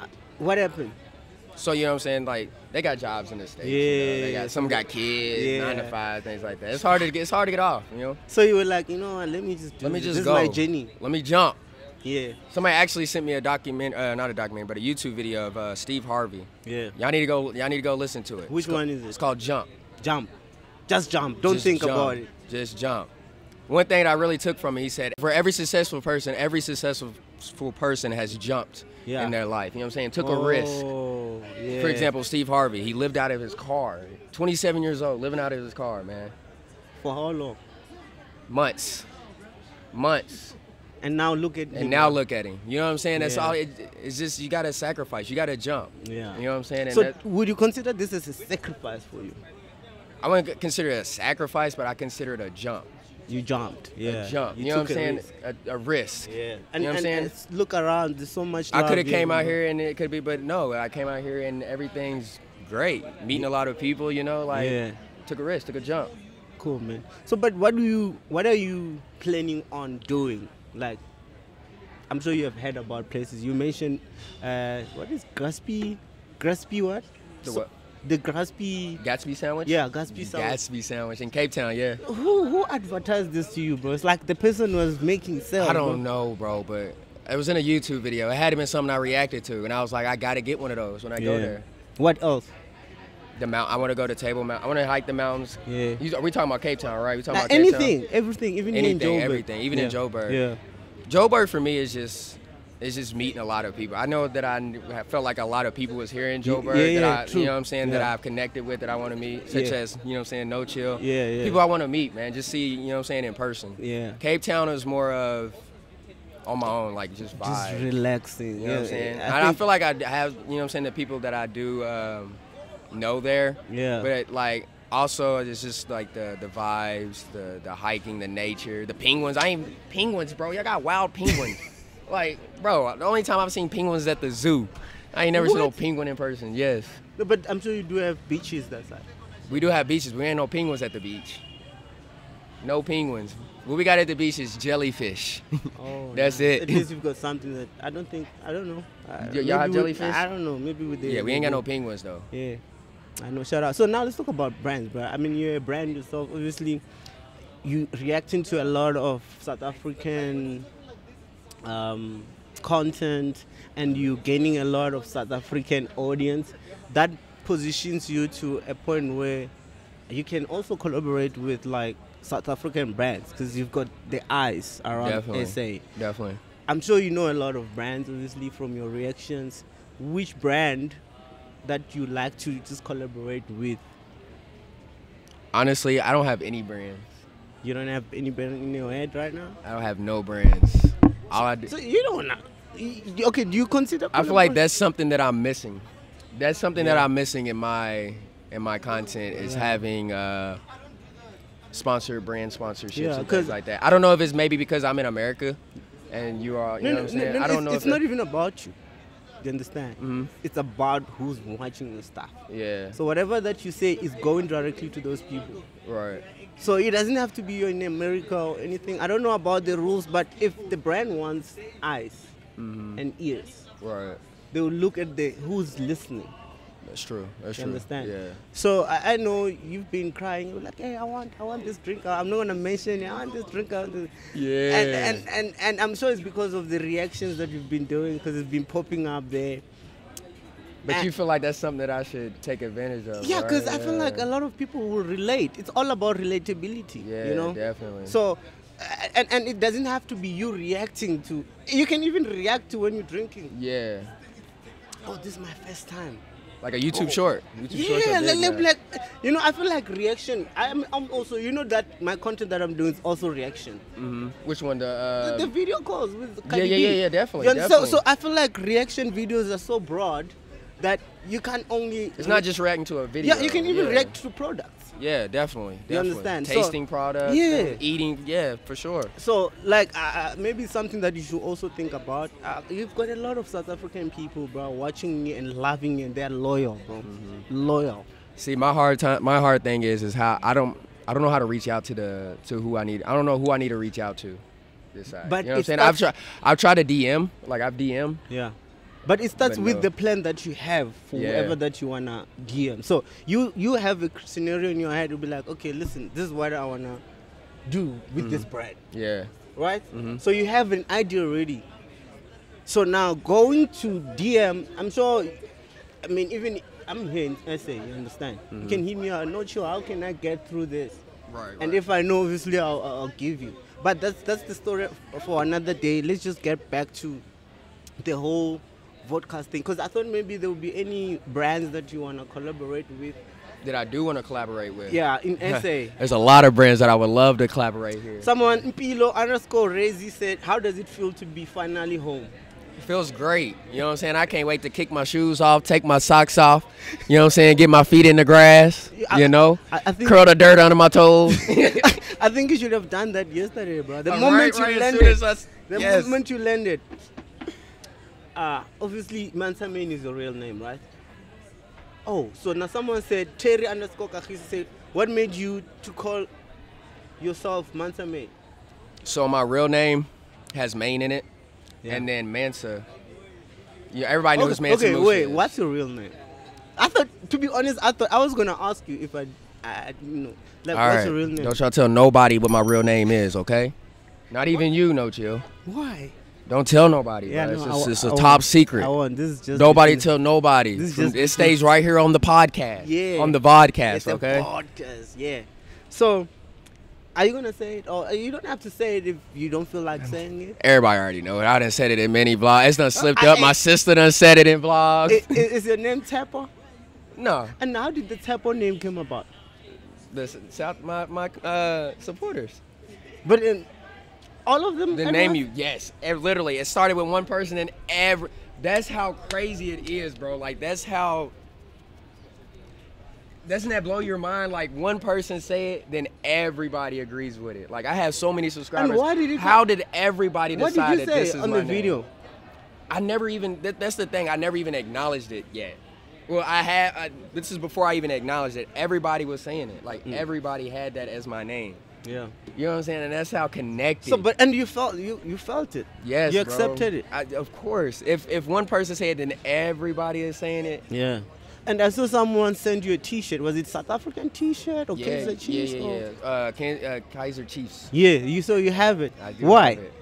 uh, what happened?
So you know what I'm saying? Like they got jobs in the states. you know? they
Yeah.
got some got kids,
Yeah.
nine to five, things like that. It's hard to get. It's hard to get off. You know?
So you were like, you know what? Let me just do
Let me
this.
just
this
go.
is my journey.
Let me jump.
Yeah,
Somebody actually sent me a document, uh, not a document, but a YouTube video of uh, Steve Harvey.
yeah.
Y'all need to go. Y'all need to go listen to it.
Which
It's ca-
one is it?
It's called Jump.
Jump, just jump. Don't
Just
think
jump.
about it.
Just jump. One thing that I really took from it, he said, for every successful person, every successful person has jumped
Yeah.
in their life. You know what I'm saying? Took a risk.
Oh, Yeah.
For example, Steve Harvey, he lived out of his car. 27 years old, living out of his car, man.
For how long?
Months. Months.
And now look at
And now look at him. You know what I'm saying? That's
Yeah.
all. It, it's just you got to sacrifice. You got to jump.
Yeah.
You know what I'm saying? And
So
that,
would you consider this as a sacrifice for you?
I wouldn't consider it a sacrifice, but I consider it a jump.
You jumped. Yeah.
A jump. You, know what I'm
took a
saying?
risk.
A, a risk.
Yeah. And,
you know what I'm
and-
saying?
and s- look around. There's so much.
I
love
could have came
you
out
know.
here and it could be, but no, I came out here and everything's great. Meeting a lot of people, you know, like
Yeah.
took a risk, took a jump.
Cool, man. So, but what do you? What are you planning on doing? Like, I'm sure you have heard about places. You mentioned uh, what is Graspy? Graspy what?
The
So-
what?
The Graspy.
Gatsby sandwich.
Yeah, Gatsby sandwich.
Gatsby sandwich in Cape Town. Yeah.
Who who advertised this to you, bro? It's like the person was making sales.
I
bro.
don't know, bro, but it was in a YouTube video. It had been something I reacted to, and I was like, I gotta get one of those when I go there.
What else?
The mount. I want to go to Table Mountain. I want to hike the mountains.
Yeah.
You, are we talking about Cape Town, right? We talking
Like
about Cape Town?
anything, everything, even in
Anything,
Joburg.
everything, even in Joburg.
Yeah.
Joburg for me is just it's just meeting a lot of people. I know that I kn- have felt like a lot of people was here in Joburg
yeah, yeah,
that I,
true.
you know what I'm saying that
Yeah.
I've connected with that I want to meet, such
Yeah.
as you know what I'm saying No Chill.
Yeah, yeah.
People I want to meet, man, just see you know what I'm saying in person.
Yeah.
Cape Town is more of on my own, like just
Just
vibe.
relaxing.
you know
yeah.
what I'm saying?
I
I, I
think-
feel like I d- have you know what I'm saying the people that I do um, know there.
Yeah.
But like. Also, it's just like the the vibes, the the hiking, the nature, the penguins. I ain't penguins, bro. Y'all got wild penguins. like, bro, the only time I've seen penguins is at the zoo. I ain't never seen no
What?
penguin in person. Yes,
No, but I'm sure you do have beaches that side.
we do have beaches. We ain't no penguins at the beach. No penguins. What we got at the beach is jellyfish.
Oh,
That's
nice.
it.
At least you've got something that I don't think I don't know. I-
Y- y'all have
maybe with-
jellyfish?
I don't know. Maybe with the
yeah, we ain't got no
maybe-
penguins though.
Yeah, I know. Shout out. So now let's talk about brands, bro. I mean, you're a brand yourself. Obviously, you reacting to a lot of South African um, content, and you gaining a lot of South African audience. That positions you to a point where you can also collaborate with like South African brands because you've got the eyes around
Definitely.
SA.
Definitely.
I'm sure you know a lot of brands, obviously, from your reactions. Which brand that you like to just collaborate with?
Honestly, I don't have any brands.
You don't have any brand in your head right now?
I don't have no brands. All I do,
So you don't know. y- y- Okay, do you consider?
I feel like
collabora-
that's something that I'm missing. That's something that
Yeah.
I'm missing in my in my content is
Yeah.
having uh, sponsored brand sponsorships
Yeah,
and
'cause-
things like that. I don't know if it's maybe because I'm in America and you are, you
No,
know
no,
what I'm
no,
saying?
no,
I don't
it's,
know
It's
if Mm-hmm.
not
it-
even about you. Do you understand? It's about who's watching your stuff.
yeah,
So whatever that you say is going directly to those people.
right.
So it doesn't have to be you're in America or anything. I don't know about the rules, but if the brand wants eyes
Mm-hmm.
and ears,
Right.
they will look at the who's listening.
That's true. That's
You
true.
understand?
Yeah.
So I, I know you've been crying. You're like, hey, I want, I want this drink. I'm not gonna mention. it. I want this drink. I want this.
Yeah.
And, and and and I'm sure it's because of the reactions that you've been doing because it's been popping up there.
But
and-
you feel like that's something that I should take advantage of.
Yeah, because I feel like
Yeah.
a lot of people will relate. It's all about relatability.
Yeah,
you know?
definitely.
So, a- and, and it doesn't have to be you reacting to. You can even react to when you're drinking.
Yeah.
Oh, this is my first time.
Like a YouTube short. YouTube shorts are
yeah,
big
like, like,
now.
like, you know, I feel like reaction. I'm, I'm also, you know, that my content that I'm doing is also reaction.
Mm-hmm. Which one? The, uh,
the video calls with
yeah,
Cardi
yeah,
B.
yeah, yeah, definitely,
You know, So,
definitely.
so I feel like reaction videos are so broad that you can only.
it's not just reacting to a video.
Yeah, you can even
yeah.
react to products.
Yeah, definitely. definitely.
understand? So-
Tasting products.
Yeah.
and Eating. Yeah, for sure.
So, like, uh, uh, maybe something that you should also think about. Uh, you've got a lot of South African people, bro, watching you and loving you, and they're loyal, bro.
Mm-hmm.
Loyal.
See, my hard time, my hard thing is, is how I don't, I don't know how to reach out to the, to who I need. I don't know who I need to reach out to. This side.
But
you know what I'm
it
saying? I've tried,
starts-
I've tried to DM. Like I've DM.
Yeah. But it starts
But
with
no.
the plan that you have for
Yeah.
whoever that you wanna DM. So you you have a scenario in your head. You'll be like, okay, listen, this is what I wanna do with this brand.
Yeah.
right? So you have an idea already. So now going to DM, I'm sure, I mean, even I'm here in SA, you understand? You can hit me out, not sure, how can I get through this?
Right,
And
right.
if I know, obviously, I'll, I'll I'll give you. But that's, that's the story for another day. Let's just get back to the whole podcast thing? Because I thought maybe there would be any brands that you want to collaborate with.
That I do want to collaborate with.
Yeah, in SA.
There's a lot of brands that I would love to collaborate here.
Someone, Pilo underscore Rezi said, How does it feel to be finally home?
It feels great. You know what I'm saying? I can't wait to kick my shoes off, take my socks off. You know what I'm saying? Get my feet in the grass.
I-
you know,
I- I think-
curl the dirt under my toes.
I think you should have done that yesterday, bro. The
Right,
moment
right,
you
as
landed.
soon as I-
the
yes.
moment you landed. Uh, obviously, Mansa Main is your real name, right? Oh, so now someone said, Terry underscore Kahisi said, What made you to call yourself Mansa Main?
So my real name has Maine in it,
Yeah.
and then Mansa. Yeah, everybody knows
okay,
Mansa.
okay,
Musa
wait.
is.
What's your real name? I thought, to be honest, I thought I was gonna ask you if I, I you know, like,
All
what's
right.
your real name?
Don't y'all tell nobody what my real name is, okay? Not even you, no chill.
Why?
Don't tell nobody. Yeah,
no,
it's,
I
just,
wa-
it's
I
a
won't.
top
I
secret.
won't. This is just
Nobody
between-
tell nobody.
this is
From-
just
it
between-
stays right here on the podcast.
Yeah.
On the podcast,
It's
okay?
a podcast. Yeah. So, are you gonna say it, or uh, you don't have to say it if you don't feel like saying it?
Everybody already know it. I done said it in many vlogs. It's done slipped
I-
up.
I-
my sister done said it in vlogs.
I- i- Is your name Tapo?
no.
And how did the Tapo name come about?
Listen, shout my, my uh, supporters.
But in all of them.
The
at
name
once?
you, yes. Ev- Literally, it started with one person and every. That's how crazy it is, bro. Like that's how. Doesn't that blow your mind? Like one person say it, then everybody agrees with it. Like I have so many subscribers.
why did it-
How did everybody
What
decide
did you
that this
say
is
on
my
the
name?
video?
I never even. That, that's the thing. I never even acknowledged it yet. Well, I had. I, this is before I even acknowledged it. Everybody was saying it.
Mm.
Like everybody had that as my name.
Yeah.
You know what I'm saying? And that's how connected.
So, but and you felt you you felt it.
Yes,
You
bro.
accepted it.
I, of course. If if one person said it, then everybody is saying it.
Yeah. And I saw someone send you a T-shirt. Was it South African T-shirt or Oh, Kaiser Chiefs?
yeah,
or-
yeah, yeah. Uh, Kan- uh, Kaiser Chiefs.
Yeah, You so you have it.
I do
Why?
have it.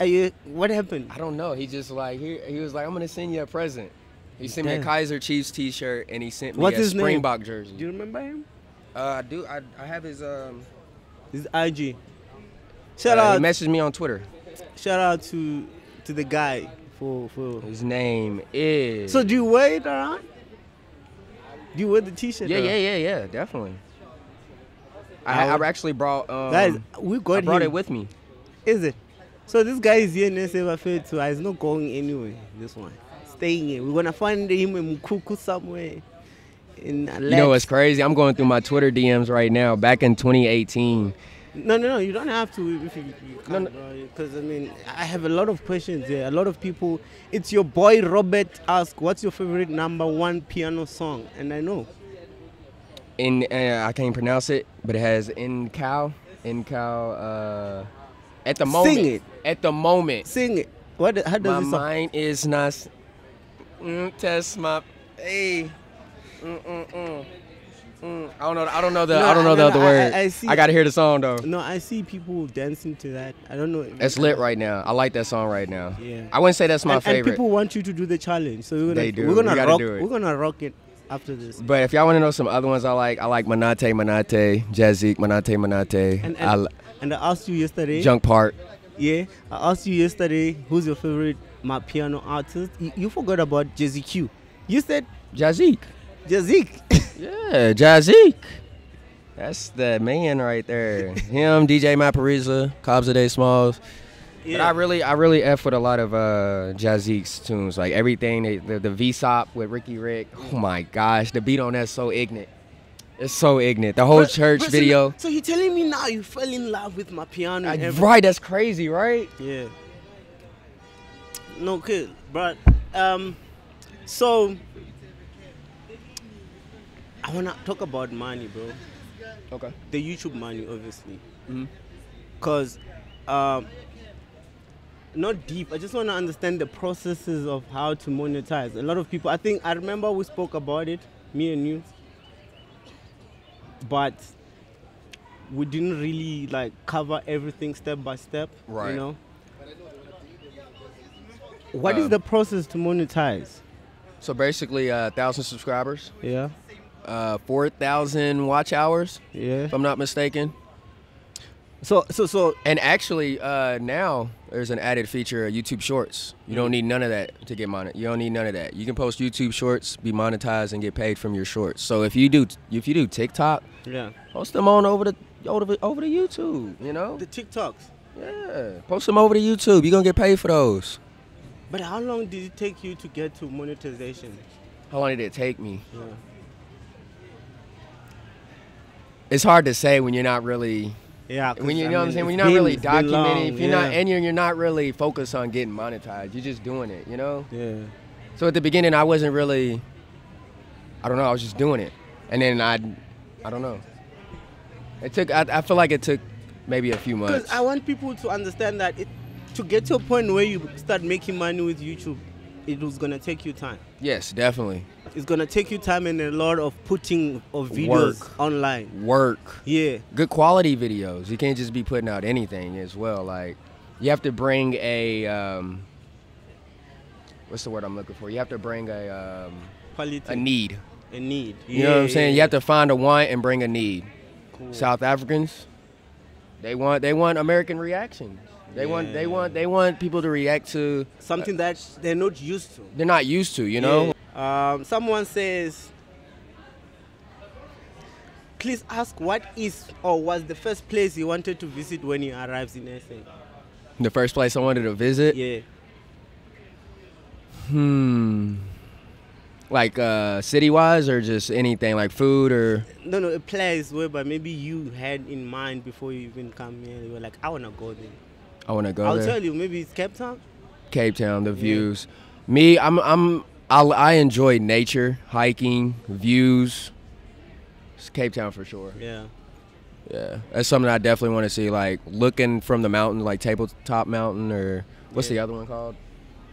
Are you, what happened?
I don't know. He just like he, he was like, I'm gonna send you a present. He sent me
Damn.
a Kaiser Chiefs T-shirt and he sent me
What's
a
his name?
Springbok
Do
jersey.
you remember him?
Uh, I do. I, I have his um.
His IG. Shout
uh,
out!
He messaged me on Twitter.
shout out to to the guy for for.
His name is.
So do you wear it around? Do you wear the T-shirt?
yeah,
around?
yeah, yeah, yeah, definitely. I, ha-
Wow.
I actually brought um.
Guys, we got
I brought
him.
it with me.
Is it? So this guy is here in Esebafed too. He's not going anywhere. This one, staying here. We're gonna find him in Mkuku somewhere. In Alex.
You know what's crazy? I'm going through my Twitter DMs right now. Back in 2018,
No, no, no. You don't have to if you, you
No,
can't, Because I mean, I have a lot of questions here. A lot of people. It's your boy Robert asked, "What's your favorite number one piano song?" And I know.
in uh, I can't pronounce it, but it has in cow, in cow. Uh, at the
Sing
moment,
it.
at the moment,
Sing it. What? How
my
does it sound?
mind is not. s- Mm, test my. Hey. Mm, mm, mm. Mm. I don't know. I don't know the.
No,
I don't know
no,
the other
no, I-
word.
I- I see.
gotta hear the song though.
No, I see people dancing to that. I don't know.
That's lit right now. I like that song right now.
Yeah.
I wouldn't say that's my
and, and
favorite.
people want you to do the challenge, so we're gonna
They do.
we're gonna
We gotta
rock
do it.
we're gonna rock it after this.
But if y'all want to know some other ones I like, I like Manate Manate, Jazik Manate Manate,
And
I
and,
li-
and I asked you yesterday.
Junk Park.
Yeah, I asked you yesterday who's your favorite my piano artist. You, you forgot about Jazzy Q. You said
Jazik.
Jazzy.
Yeah, Jazik. That's the man right there. Him, DJ Mapariza, Cobbs a Day Smalls. But I really, I really f with a lot of uh, Jazik's tunes, like everything. They, the the VSOP with Ricky Rick. Oh my gosh, the beat on that's so ignorant. It's so ignorant. The whole church
But- but so
video.
now- So, you're telling me now you fell in love with my piano?
Like,
and everything.
right, that's crazy, right?
Yeah. No kid, but um, so I wanna talk about money, bro.
Okay.
The YouTube money, obviously.
Mhm.
Cause, um, not deep. I just wanna understand the processes of how to monetize. A lot of people. I think I remember we spoke about it, me and you. But we didn't really like cover everything step by step.
Right.
You know. What is
Um,
the process to monetize?
So basically, a thousand subscribers,
Yeah.
uh, four thousand watch hours,
Yeah.
if I'm not mistaken.
um, So so so
And actually, uh, now there's an added feature of YouTube Shorts. You don't need none of that to get monet. You don't need none of that. You can post YouTube Shorts, be monetized, and get paid from your shorts. So if you do, if you do TikTok,
yeah.
post them on over the over the, over to YouTube. You know,
The TikToks.
yeah, post them over to YouTube. You're gonna get paid for those.
But how long did it take you to get to monetization?
How long did it take me?
Yeah.
It's hard to say when you're not really
Yeah.
when you,
I
know what I'm
mean,
saying, when
it's
you're not
been-
really
it's been
documenting,
long,
if you're not
yeah.
and you're, you're not really focused on getting monetized, you're just doing it, you know.
Yeah.
So at the beginning, I wasn't really, I don't know, I was just doing it, and then I, I don't know. It took, I, I feel like it took maybe a few
Because
months.
I want people to understand that it, to get to a point where you start making money with YouTube, it was gonna take you time.
yes, definitely
It's gonna take you time and a lot of putting of videos
Work.
online.
work,
Yeah.
good quality videos. You can't just be putting out anything as well. Like you have to bring a, um, what's the word I'm looking for? You have to bring a, um,
Quality.
a need.
A need.
You know what I'm
Yeah,
saying? You
yeah.
have to find a want and bring a need.
Cool.
South Africans, they want they want American reactions. They want they
Yeah.
want they want people to react to
Something that they're not used to.
they're not used to, you know?
Yeah. Um, someone says, please ask what is or was the first place you wanted to visit when you arrived in
Uh,
SA?
The first place I wanted to visit.
Yeah.
Hmm. Like uh city wise or just anything like food or
No, no, a place whereby maybe you had in mind before you even come here. You were like, I want to go there.
I wanna go
I'll
there.
tell you, maybe it's Cape Town.
Cape Town, the views. Me, I'm I'm I, I enjoy nature, hiking, views. It's Cape Town for sure.
Yeah.
Yeah, that's something I definitely want to see. Like looking from the mountain, like Tabletop Mountain, or what's the
Yeah.
other one called?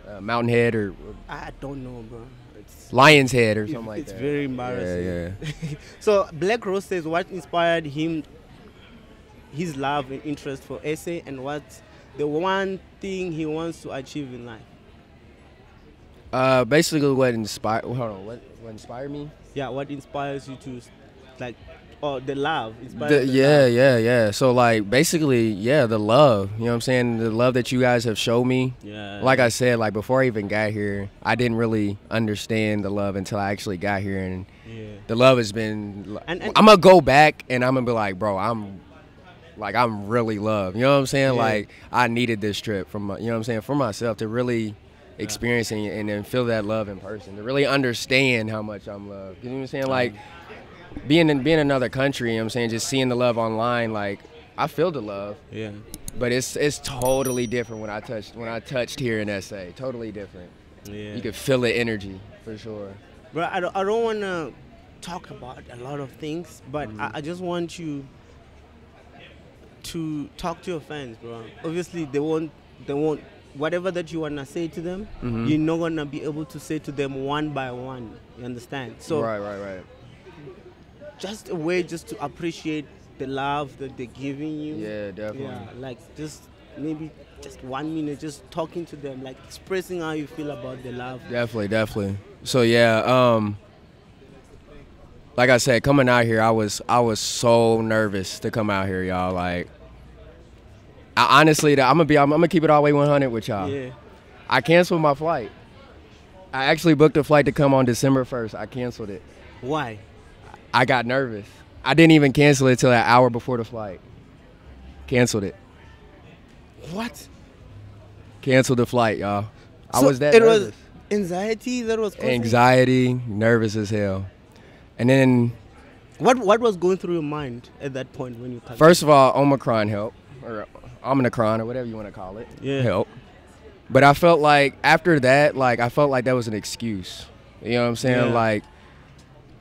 Uh, Mountain Head or
I don't know, bro. It's,
Lion's Head or something like
it's
that.
very embarrassing.
embarrassing. Yeah, yeah.
So Black Rose says what inspired him his love and interest for essay and what the one thing he wants to achieve in life.
uh, basically, what inspired? Hold on, what, what inspired me?
Yeah, what inspires you to like or the love inspires
The-
the
yeah,
love.
yeah, yeah. So like basically, yeah, the love. You know what I'm saying? The love that you guys have shown me.
Yeah.
Like I said, like before I even got here, I didn't really understand the love until I actually got here and
yeah.
the love has been
And- and-
i'm gonna go back and i'm gonna be like bro i'm like i'm really loved you know what i'm saying
Yeah.
like i needed this trip from my, you know what i'm saying for myself to really experience and, and then feel that love in person to really understand how much i'm loved you know what i'm saying like being in being in another country you know what i'm saying just seeing the love online like i feel the love
Yeah.
but it's it's totally different when i touched when i touched here in sa totally different
Yeah.
you could feel the energy for sure
Bro, I don't, I don't want to talk about a lot of things, but I,
Mm-hmm.
I just want you to talk to your fans, bro. Obviously, they won't, they won't, whatever that you want to say to them,
Mm-hmm.
you're not going to be able to say to them one by one. You understand? So,
right right right
just a way just to appreciate the love that they're giving you.
yeah definitely
Yeah, like just maybe just one minute, just talking to them, like expressing how you feel about the love.
Definitely, definitely. So yeah, um like I said, coming out here, I was I was so nervous to come out here, y'all. Like I honestly, I'm gonna be I'm, gonna keep it all the way 100 with y'all.
Yeah.
I canceled my flight. I actually booked a flight to come on December 1st. I canceled it.
Why?
I got nervous. I didn't even cancel it till an hour before the flight. Canceled it.
What?
Canceled the flight, y'all. I
So
was that
it
nervous.
was anxiety that was causing-
anxiety, nervous as hell. And then
What what was going through your mind at that point when you came?
First of all, Omicron helped, or Omicron, or whatever you want to call it,
Yeah.
help. But I felt like after that, like I felt like that was an excuse. You know what I'm saying?
Yeah.
Like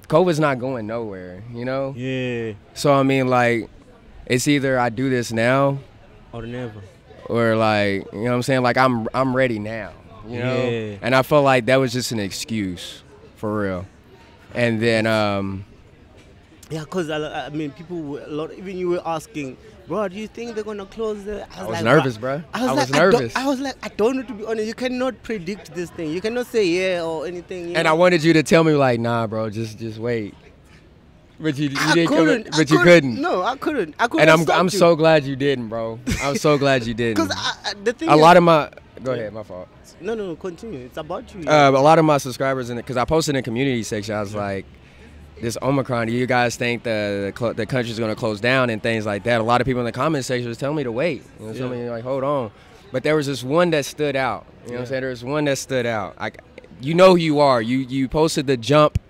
COVID's not going nowhere. You know?
yeah
So I mean, like it's either I do this now,
or never.
or like you know what I'm saying? Like I'm I'm ready now. You know?
Yeah.
And I felt like that was just an excuse, for real. And then um,
Yeah, cause I, I mean people were a lot. Even you were asking, bro, do you think they're gonna close the?
I was nervous, bruh.
I was,
I
like,
was
I don't-
nervous.
I, was like, I don't know to be honest. You cannot predict this thing. You cannot say yeah or anything. you
and
know?
I wanted you to tell me like, nah, bro, just just wait. But you, you
I
didn't come.
couldn't. I
But you couldn't.
No, I couldn't. I couldn't.
and I'm I'm so glad you didn't, bro. I'm so glad you didn't.
because the thing
A
is,
lot of my go ahead, my fault.
no no no continue. It's about you.
Uh, a lot of my subscribers in it because I posted in the community section. I was like, "This Omicron, do you guys think the the, cl- the country's going to close down and things like that?" A lot of people in the comment section was telling me to wait. You know, telling me like, "Hold on," but there was this one that stood out. You know, what I'm saying there was one that stood out. Like, you know who you are. You you posted the jump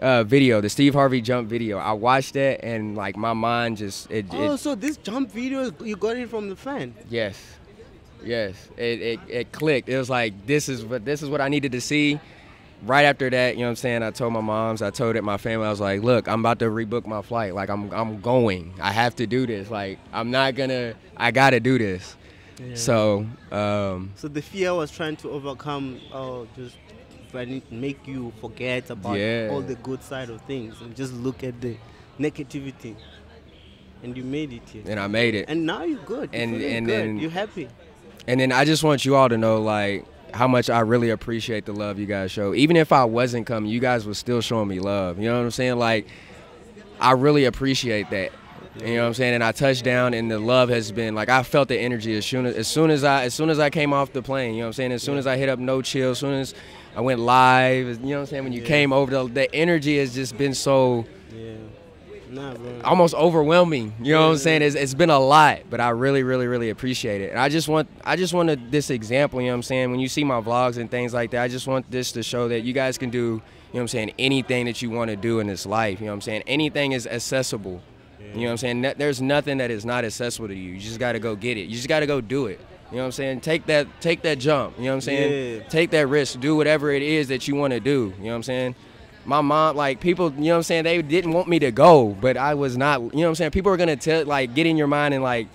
uh, video, the Steve Harvey jump video. I watched that and like my mind just it, it
oh, so this jump video you got it from the fan.
Yes, yes. It, it it clicked. It was like this is what this is what I needed to see. Right after that, you know what I'm saying? I told my moms, I told it my family. I was like, "Look, I'm about to rebook my flight. Like I'm I'm going. I have to do this. Like I'm not gonna. I gotta do this." So, um,
So the fear was trying to overcome, or just trying to make you forget about
Yeah.
all the good side of things and just look at the negativity. And you made it here.
and I made it.
And now you're good. You're
And-
feeling
and
good.
then-
you're happy.
And then I just want you all to know, like, how much I really appreciate the love you guys show. Even if I wasn't coming, you guys was still showing me love. You know what I'm saying? Like, I really appreciate that. You know what I'm saying? And I touched down, and the love has been like I felt the energy as soon as, as soon as I as soon as I came off the plane. You know what I'm saying? As soon as I hit up No Chill, as soon as I went live, you know what I'm saying? When you came over, the, the energy has just been so
Yeah. Nah, bro.
almost overwhelming. You know what I'm saying? It's, it's been a lot, but I really, really, really appreciate it. And I just want, I just wanted this example. You know what I'm saying? When you see my vlogs and things like that, I just want this to show that you guys can do. You know what I'm saying? Anything that you want to do in this life. You know what I'm saying? Anything is accessible. You know what I'm saying? No- There's nothing that is not accessible to you. You just got to go get it. You just got to go do it. You know what I'm saying? Take that, take that jump. You know what I'm saying?
Yeah.
Take that risk. Do whatever it is that you want to do. You know what I'm saying? My mom, like people, you know what I'm saying? They didn't want me to go, but I was not. You know what I'm saying? People are gonna tell, like, get in your mind and like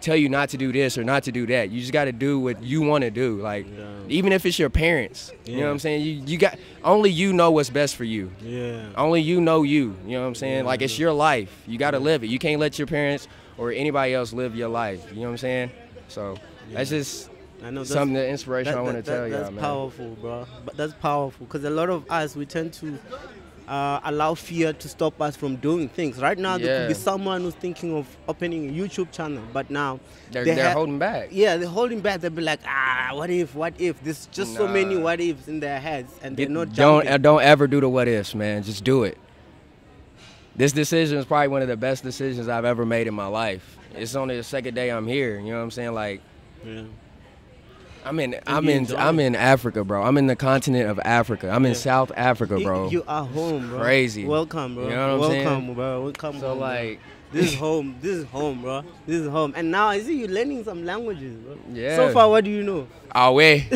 tell you not to do this or not to do that. You just got to do what you want to do. Like,
Yeah.
even if it's your parents. You know
Yeah.
what I'm saying? You you got only you know what's best for you.
yeah.
Only you know you. You know what I'm saying?
Yeah,
like it's your life. You gotta live it. You can't let your parents or anybody else live your life. You know what I'm saying? So that's just
I know that's-
something the inspiration I want to
that-
tell
That's
y'all, man.
powerful, bro. But that's powerful because a lot of us we tend to uh, allow fear to stop us from doing things. Right now, there could be
Yeah.
someone who's thinking of opening a YouTube channel, but now
They're,
they
they are
ha-
holding back.
Yeah, they're holding back. They'll be like, ah, what if? What if? There's just so many
Nah.
what ifs in their heads, and they're
Get-
not
don't
jumping.
uh, don't ever do the what ifs, man. Just do it. This decision is probably one of the best decisions I've ever made in my life. It's only the second day I'm here. You know what I'm saying? Like
Yeah.
I'm in I'm
you
in
enjoy
I'm
it.
in Africa, bro. I'm in the continent of Africa. I'm in South Africa,
You-
bro.
You are home, bro.
crazy.
Welcome, bro.
You know what I'm saying?
Welcome, bro. Welcome.
so
home, bro.
like
this is home. This is home, bro. This is home. And now I see you learning some languages, bro.
Yeah.
So far, what do you know?
our way.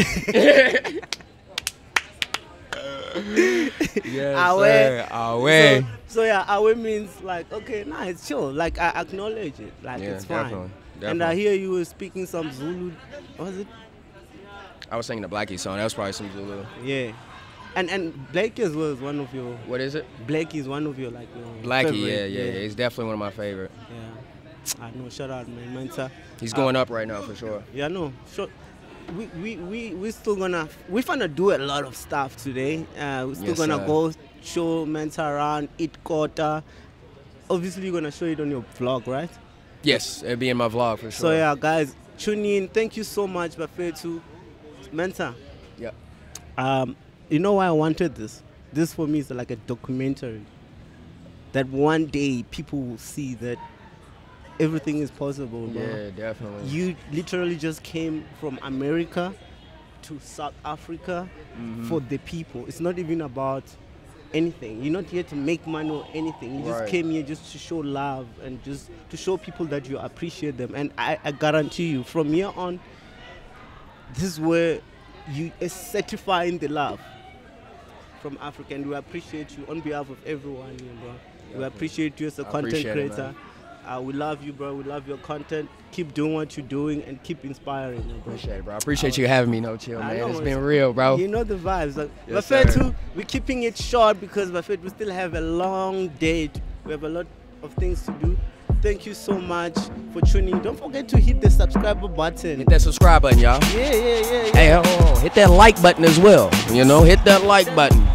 yes,
Awe.
sir. Awe.
So, so yeah, away means like okay, nah, it's chill. Like I acknowledge it. Like
Yeah,
it's fine.
definitely,
And I
definitely.
hear you were speaking some Zulu. Was it?
I was singing the Blackie song. That was probably some Zulu.
Yeah. And and Blake as well is one of your.
What is it?
Blake is one of your like. Your
Blackie.
favorite.
Yeah, yeah, yeah. He's definitely one of my favorite.
yeah. I know. Shout out, man, man, sir.
He's going up right now for sure.
Yeah, no. So we we we we still gonna we gonna do a lot of stuff today. Uh, we're still
Yes,
gonna
sir.
go show Mensa around, eat quarter. Obviously, you're gonna show it on your vlog, right?
Yes, it'd be in my vlog for sure.
So yeah, guys, tune in. Thank you so much, Bafetu. Mensa,
Yep.
um, you know why I wanted this? This for me is like a documentary. That one day people will see that everything is possible, bro.
Yeah, definitely.
You literally just came from America to South Africa
Mm-hmm.
for the people. It's not even about anything. You're not here to make money or anything. You
Right.
just came here just to show love and just to show people that you appreciate them. And I, I guarantee you, from here on, this is where you are certifying the love from Africa. And we appreciate you on behalf of everyone here, bro. We
Yeah,
appreciate you as a
I
content
appreciate it,
creator. Uh, we love you, bro. We love your content. Keep doing what you're doing and keep inspiring me, bro.
appreciate it, bro. I appreciate you having me, no chill,
I
man.
know,
it's
it's-
been real, bro.
You know the vibes. Like,
Yes,
Buffet
sir.
too, we're keeping it short because Buffet, we still have a long day. to- We have a lot of things to do. Thank you so much for tuning. Don't forget to hit the subscriber button.
Hit that subscribe button, y'all.
Yeah, yeah, yeah, yeah.
Hey, hold on. Hit that like button as well. You know, hit that like button.